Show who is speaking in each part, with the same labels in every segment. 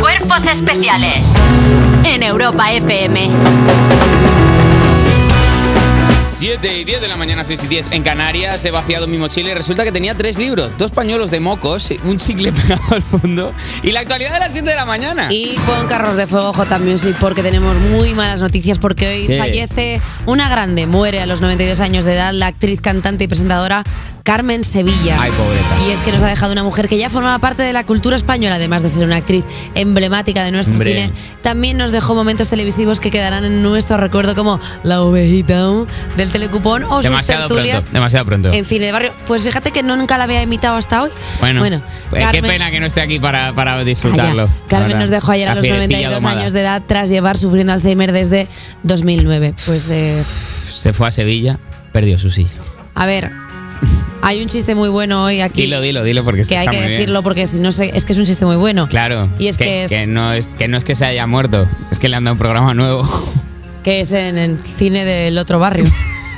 Speaker 1: Efectos especiales en Europa FM.
Speaker 2: 10 de, 10 de la mañana, 6 y 10 en Canarias, he vaciado mi mochila y resulta que tenía tres libros, dos pañuelos de mocos, un chicle pegado al fondo y la actualidad de las 7 de la mañana.
Speaker 3: Y con Carros de Fuego J Music porque tenemos muy malas noticias porque hoy
Speaker 2: ¿Qué?
Speaker 3: fallece una grande, muere a los 92 años de edad la actriz, cantante y presentadora Carmen Sevilla.
Speaker 2: Ay, pobreta.
Speaker 3: Y es que nos ha dejado una mujer que ya formaba parte de la cultura española, además de ser una actriz emblemática de nuestro
Speaker 2: Hombre.
Speaker 3: cine. También nos dejó momentos televisivos que quedarán en nuestro recuerdo como La ovejita del telecupón o
Speaker 2: Demasiado
Speaker 3: sus tertulias
Speaker 2: pronto, demasiado pronto.
Speaker 3: en cine de barrio. Pues fíjate que no nunca la había imitado hasta hoy.
Speaker 2: Bueno, eh, qué
Speaker 3: Carmen-
Speaker 2: pena que no esté aquí para, para
Speaker 3: Calla.
Speaker 2: disfrutarlo.
Speaker 3: Carmen
Speaker 2: la
Speaker 3: nos dejó ayer a
Speaker 2: verdad.
Speaker 3: los
Speaker 2: La fierecilla
Speaker 3: 92
Speaker 2: domada.
Speaker 3: años de edad tras llevar sufriendo Alzheimer desde 2009. Pues, eh,
Speaker 2: Se fue a Sevilla, perdió su silla.
Speaker 3: a ver, hay un chiste muy bueno hoy aquí
Speaker 2: Dilo, dilo, dilo, porque es
Speaker 3: que hay
Speaker 2: Este está
Speaker 3: que
Speaker 2: muy bien.
Speaker 3: decirlo porque si no sé, es que es un chiste muy bueno.
Speaker 2: Claro.
Speaker 3: Y es que, es,
Speaker 2: no es que no es que se haya muerto, es que le han dado un programa nuevo.
Speaker 3: que es en el cine del otro barrio.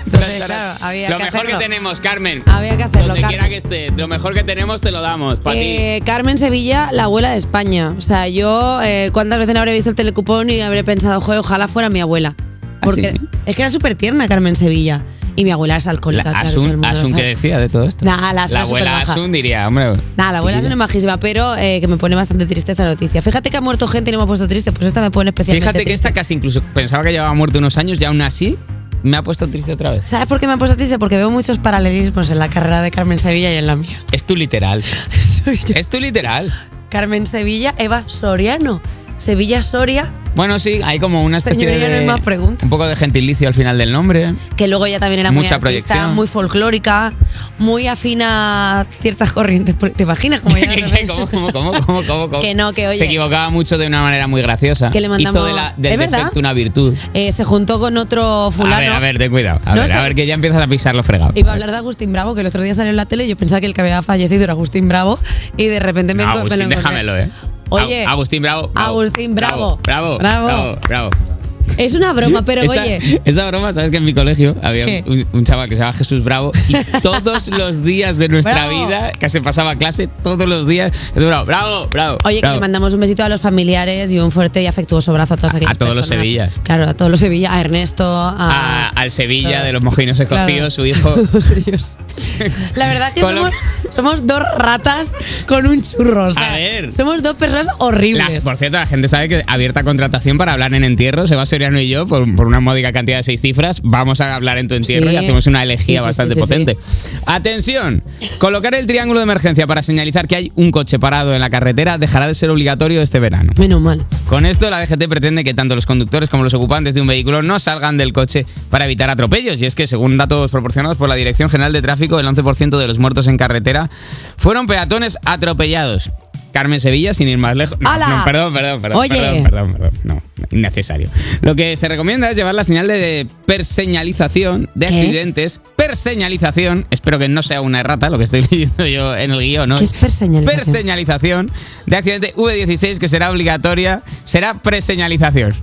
Speaker 3: Entonces, claro, había
Speaker 2: lo
Speaker 3: que
Speaker 2: mejor
Speaker 3: hacerlo.
Speaker 2: que tenemos, Carmen.
Speaker 3: Había que hacerlo,
Speaker 2: Donde quiera
Speaker 3: Carmen.
Speaker 2: que esté, lo mejor que tenemos te lo damos, para
Speaker 3: Eh, Carmen Sevilla, la abuela de España. O sea, yo eh, cuántas veces no habré visto el telecupón y habré pensado, joder, ojalá fuera mi abuela. Porque
Speaker 2: ¿Ah, sí?
Speaker 3: es que era súper tierna Carmen Sevilla. Y mi abuela es
Speaker 2: ti. La-
Speaker 3: alcohólica. claro, todo el
Speaker 2: Asun,
Speaker 3: mundo lo
Speaker 2: Asun,
Speaker 3: sabe.
Speaker 2: ¿qué decía de todo esto?
Speaker 3: Nah, la Asun
Speaker 2: la
Speaker 3: es
Speaker 2: abuela
Speaker 3: superbaja.
Speaker 2: Asun diría, hombre.
Speaker 3: Nada, la abuela es una majísima, pero eh, que me pone bastante triste esta noticia. Fíjate que ha muerto gente y no me ha puesto triste, pues esta me pone especialmente
Speaker 2: Fíjate que
Speaker 3: triste.
Speaker 2: esta casi incluso pensaba que llevaba muerto unos años y aún así me ha puesto triste otra vez.
Speaker 3: ¿Sabes por qué me ha puesto triste? Porque veo muchos paralelismos en la carrera de Carmen Sevilla y en la mía.
Speaker 2: Es tu literal.
Speaker 3: Soy yo.
Speaker 2: Es tu literal.
Speaker 3: Carmen Sevilla, Eva Soriano. Sevilla Soria,
Speaker 2: Bueno, sí, hay como una especie
Speaker 3: Señora, ya no hay
Speaker 2: de-
Speaker 3: más preguntas.
Speaker 2: Un poco de gentilicio al final del nombre.
Speaker 3: que luego ella también era muy
Speaker 2: Mucha
Speaker 3: artista,
Speaker 2: proyección.
Speaker 3: muy folclórica, muy afina a ciertas corrientes. pol- ¿Te imaginas cómo ella de
Speaker 2: ¿Qué, qué,
Speaker 3: repente-
Speaker 2: cómo, cómo, cómo, cómo, cómo, cómo?
Speaker 3: Que no, que oye.
Speaker 2: Se equivocaba mucho de una manera muy graciosa.
Speaker 3: Que le mandamos-
Speaker 2: Hizo de la, del
Speaker 3: ¿Es verdad?
Speaker 2: defecto una virtud.
Speaker 3: Eh, se juntó con otro fulano.
Speaker 2: A ver, a ver, ten cuidado. A,
Speaker 3: No,
Speaker 2: ver, a
Speaker 3: ¿sabes?
Speaker 2: ver, que ya empiezas a pisar lo fregado.
Speaker 3: Iba a hablar de Agustín Bravo, que el otro día salió en la tele y yo pensaba que el que había fallecido era Agustín Bravo y de repente me,
Speaker 2: No,
Speaker 3: enco- me
Speaker 2: Agustín,
Speaker 3: lo encontré.
Speaker 2: déjamelo, ¿eh?
Speaker 3: Oye,
Speaker 2: Agu- Agustín Bravo. bravo,
Speaker 3: Agustín Bravo.
Speaker 2: Bravo.
Speaker 3: Bravo.
Speaker 2: Bravo. Bravo. bravo.
Speaker 3: es una broma, pero
Speaker 2: esa,
Speaker 3: oye,
Speaker 2: Esa broma, ¿sabes que en mi colegio había
Speaker 3: ¿Qué?
Speaker 2: un, un chaval que se llamaba Jesús Bravo y todos los días de nuestra
Speaker 3: Bravo.
Speaker 2: vida, que se pasaba clase, todos los días, Jesús Bravo, bravo, bravo.
Speaker 3: oye que
Speaker 2: bravo.
Speaker 3: le mandamos un besito a los familiares y un fuerte y afectuoso abrazo a todas aquellas
Speaker 2: todos los
Speaker 3: personas.
Speaker 2: Sevillas. Ah.
Speaker 3: Claro, a todos los Sevillas, a Ernesto, a,
Speaker 2: A- al Sevilla
Speaker 3: Todo.
Speaker 2: de los mojinos escogidos,
Speaker 3: Claro.
Speaker 2: su hijo.
Speaker 3: todos ellos. La verdad es que
Speaker 2: Con lo-
Speaker 3: somos, somos dos ratas con un churro. o sea,
Speaker 2: A ver.
Speaker 3: Somos dos personas
Speaker 2: La-
Speaker 3: horribles.
Speaker 2: por cierto, la gente sabe que abierta contratación para hablar en entierros. Eva Soriano y yo, por, por una módica cantidad de seis cifras, vamos a hablar en tu entierro
Speaker 3: Sí.
Speaker 2: y hacemos una
Speaker 3: Sí,
Speaker 2: elegía
Speaker 3: sí,
Speaker 2: bastante
Speaker 3: sí, sí,
Speaker 2: potente. Atención, colocar el triángulo de emergencia para señalizar que hay un coche parado en la carretera dejará de ser obligatorio este verano.
Speaker 3: Menos mal.
Speaker 2: Con esto, la DGT pretende que tanto los conductores como los ocupantes de un vehículo no salgan del coche para evitar atropellos. Y es que, según datos proporcionados por la Dirección General de Tráfico, el 11% de los muertos en carretera fueron peatones atropellados. Carmen Sevilla, sin ir más lejos. No,
Speaker 3: ¡Hala!
Speaker 2: no, perdón, perdón, perdón.
Speaker 3: Oye.
Speaker 2: Perdón, perdón, perdón. No, innecesario. Lo que se recomienda es llevar la señal de perseñalización de
Speaker 3: ¿Qué?
Speaker 2: accidentes. Perseñalización. Espero que no sea una errata lo que estoy leyendo yo en el guión. ¿no?
Speaker 3: ¿Qué es perseñalización?
Speaker 2: Preseñalización de accidente V16 que será obligatoria. Será preseñalización.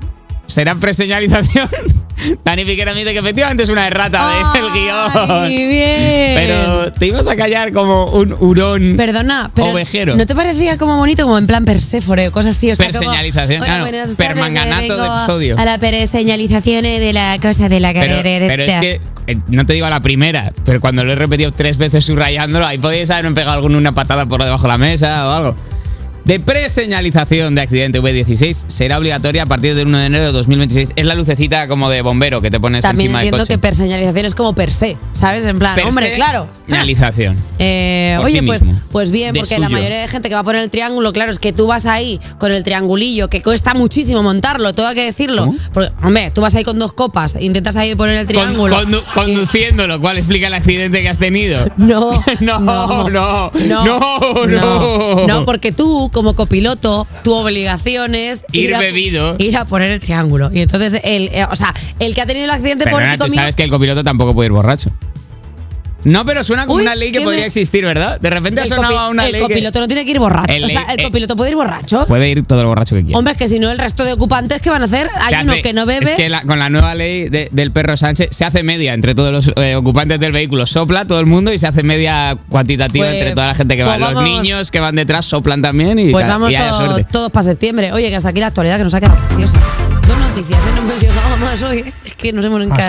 Speaker 2: Será preseñalización. Dani Piquero admite que efectivamente es una errata del
Speaker 3: Muy
Speaker 2: guión.
Speaker 3: bien.
Speaker 2: Pero te ibas a callar como un hurón.
Speaker 3: Perdona, pero
Speaker 2: Ovejero.
Speaker 3: ¿no te parecía como bonito como en plan Perséfore o cosas así? O sea, como,
Speaker 2: Perseñalización,
Speaker 3: "Hola,
Speaker 2: claro,
Speaker 3: buenas tardes,
Speaker 2: permanganato
Speaker 3: vengo
Speaker 2: de sodio".
Speaker 3: A la perseñalización eh, de la cosa de la
Speaker 2: Pero,
Speaker 3: carrera.
Speaker 2: pero es que, eh, no te digo a la primera, pero cuando lo he repetido tres veces subrayándolo, ahí podéis haber pegado alguna una patada por debajo de la mesa o algo. De preseñalización de accidente V16 será obligatoria a partir del 1 de enero de 2026. Es la lucecita como de bombero que te pones
Speaker 3: También
Speaker 2: encima del
Speaker 3: entiendo
Speaker 2: coche.
Speaker 3: que perseñalización es como per se, ¿sabes? En plan, hombre, claro.
Speaker 2: Penalización.
Speaker 3: Eh,
Speaker 2: Por
Speaker 3: oye,
Speaker 2: sí
Speaker 3: pues,
Speaker 2: mismo.
Speaker 3: pues bien,
Speaker 2: De
Speaker 3: porque la
Speaker 2: suyo.
Speaker 3: mayoría de gente que va a poner el triángulo, claro, es que tú vas ahí con el triangulillo, que cuesta muchísimo montarlo, todo hay que decirlo.
Speaker 2: ¿Cómo?
Speaker 3: Porque, hombre, tú vas ahí con dos copas, intentas ahí poner el
Speaker 2: Con-
Speaker 3: triángulo. Eh.
Speaker 2: condu-
Speaker 3: y-
Speaker 2: conduciendo, lo cual explica el accidente que has tenido.
Speaker 3: No,
Speaker 2: No, no,
Speaker 3: no,
Speaker 2: no, no.
Speaker 3: no, porque tú, como copiloto, tu obligación es
Speaker 2: Ir bebido.
Speaker 3: ir a poner el triángulo. Y entonces, el, eh, o sea, el que ha tenido el accidente por
Speaker 2: Perdona,
Speaker 3: ti
Speaker 2: tú
Speaker 3: conmigo,
Speaker 2: sabes que el copiloto tampoco puede ir borracho. No, pero suena como
Speaker 3: Uy,
Speaker 2: una ley que
Speaker 3: ¿qué
Speaker 2: podría
Speaker 3: me-
Speaker 2: existir, ¿verdad? De repente ha sonado a
Speaker 3: copi-
Speaker 2: una
Speaker 3: el
Speaker 2: ley. que-
Speaker 3: copiloto no tiene que ir borracho.
Speaker 2: El
Speaker 3: o sea,
Speaker 2: ley-
Speaker 3: el
Speaker 2: eh,
Speaker 3: copiloto puede ir borracho.
Speaker 2: Puede ir todo lo borracho que quiera.
Speaker 3: Hombre, es que si no, el resto de ocupantes, ¿qué van a hacer? Hay
Speaker 2: Se
Speaker 3: uno
Speaker 2: hace-
Speaker 3: que no bebe.
Speaker 2: Es que la- con la nueva ley de- del perro Sánchez se hace media entre todos los eh, ocupantes del vehículo. Sopla todo el mundo y se hace media cuantitativa
Speaker 3: Pues-
Speaker 2: entre toda la gente que
Speaker 3: pues
Speaker 2: va.
Speaker 3: vamos-
Speaker 2: los niños que van detrás soplan también y,
Speaker 3: Pues
Speaker 2: tal,
Speaker 3: vamos
Speaker 2: y haya
Speaker 3: todo-
Speaker 2: suerte.
Speaker 3: todos para septiembre. Oye, que hasta aquí la actualidad que nos ha quedado preciosa. Dos noticias, ¿eh? No hemos llegado a más hoy. ¿eh? Es que nos hemos enca-